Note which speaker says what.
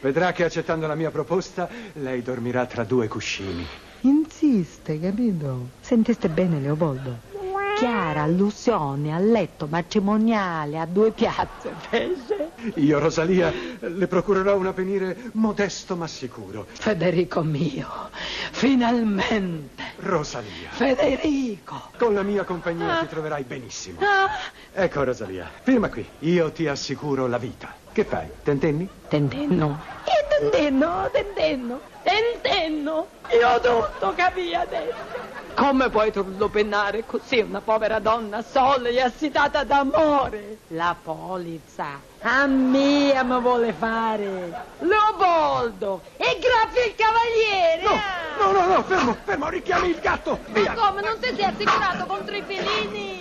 Speaker 1: Vedrà che accettando la mia proposta lei dormirà tra due cuscini.
Speaker 2: Insiste, capito? Sentiste bene, Leopoldo? Chiara allusione al letto matrimoniale a due piazze, fece.
Speaker 1: Io, Rosalia, le procurerò un avvenire modesto ma sicuro.
Speaker 2: Federico mio, finalmente.
Speaker 1: Rosalia,
Speaker 2: Federico.
Speaker 1: con la mia compagnia ti troverai benissimo.
Speaker 2: Ah,
Speaker 1: Ecco, Rosalia, firma qui. Io ti assicuro la vita. Che fai? Tentenni?
Speaker 2: Tendenno.
Speaker 3: Che Eh, tendenno, tendenno, tendenno. Io ho tutto capì adesso. Come puoi turlupinare così una povera donna sola e assitata d'amore? La polizza a mia mi vuole fare. Leopoldo e grazie il cavaliere. ah!
Speaker 1: No, no, no, no, fermo, fermo, richiami il gatto.
Speaker 3: Ma come non ti sei assicurato contro i felini?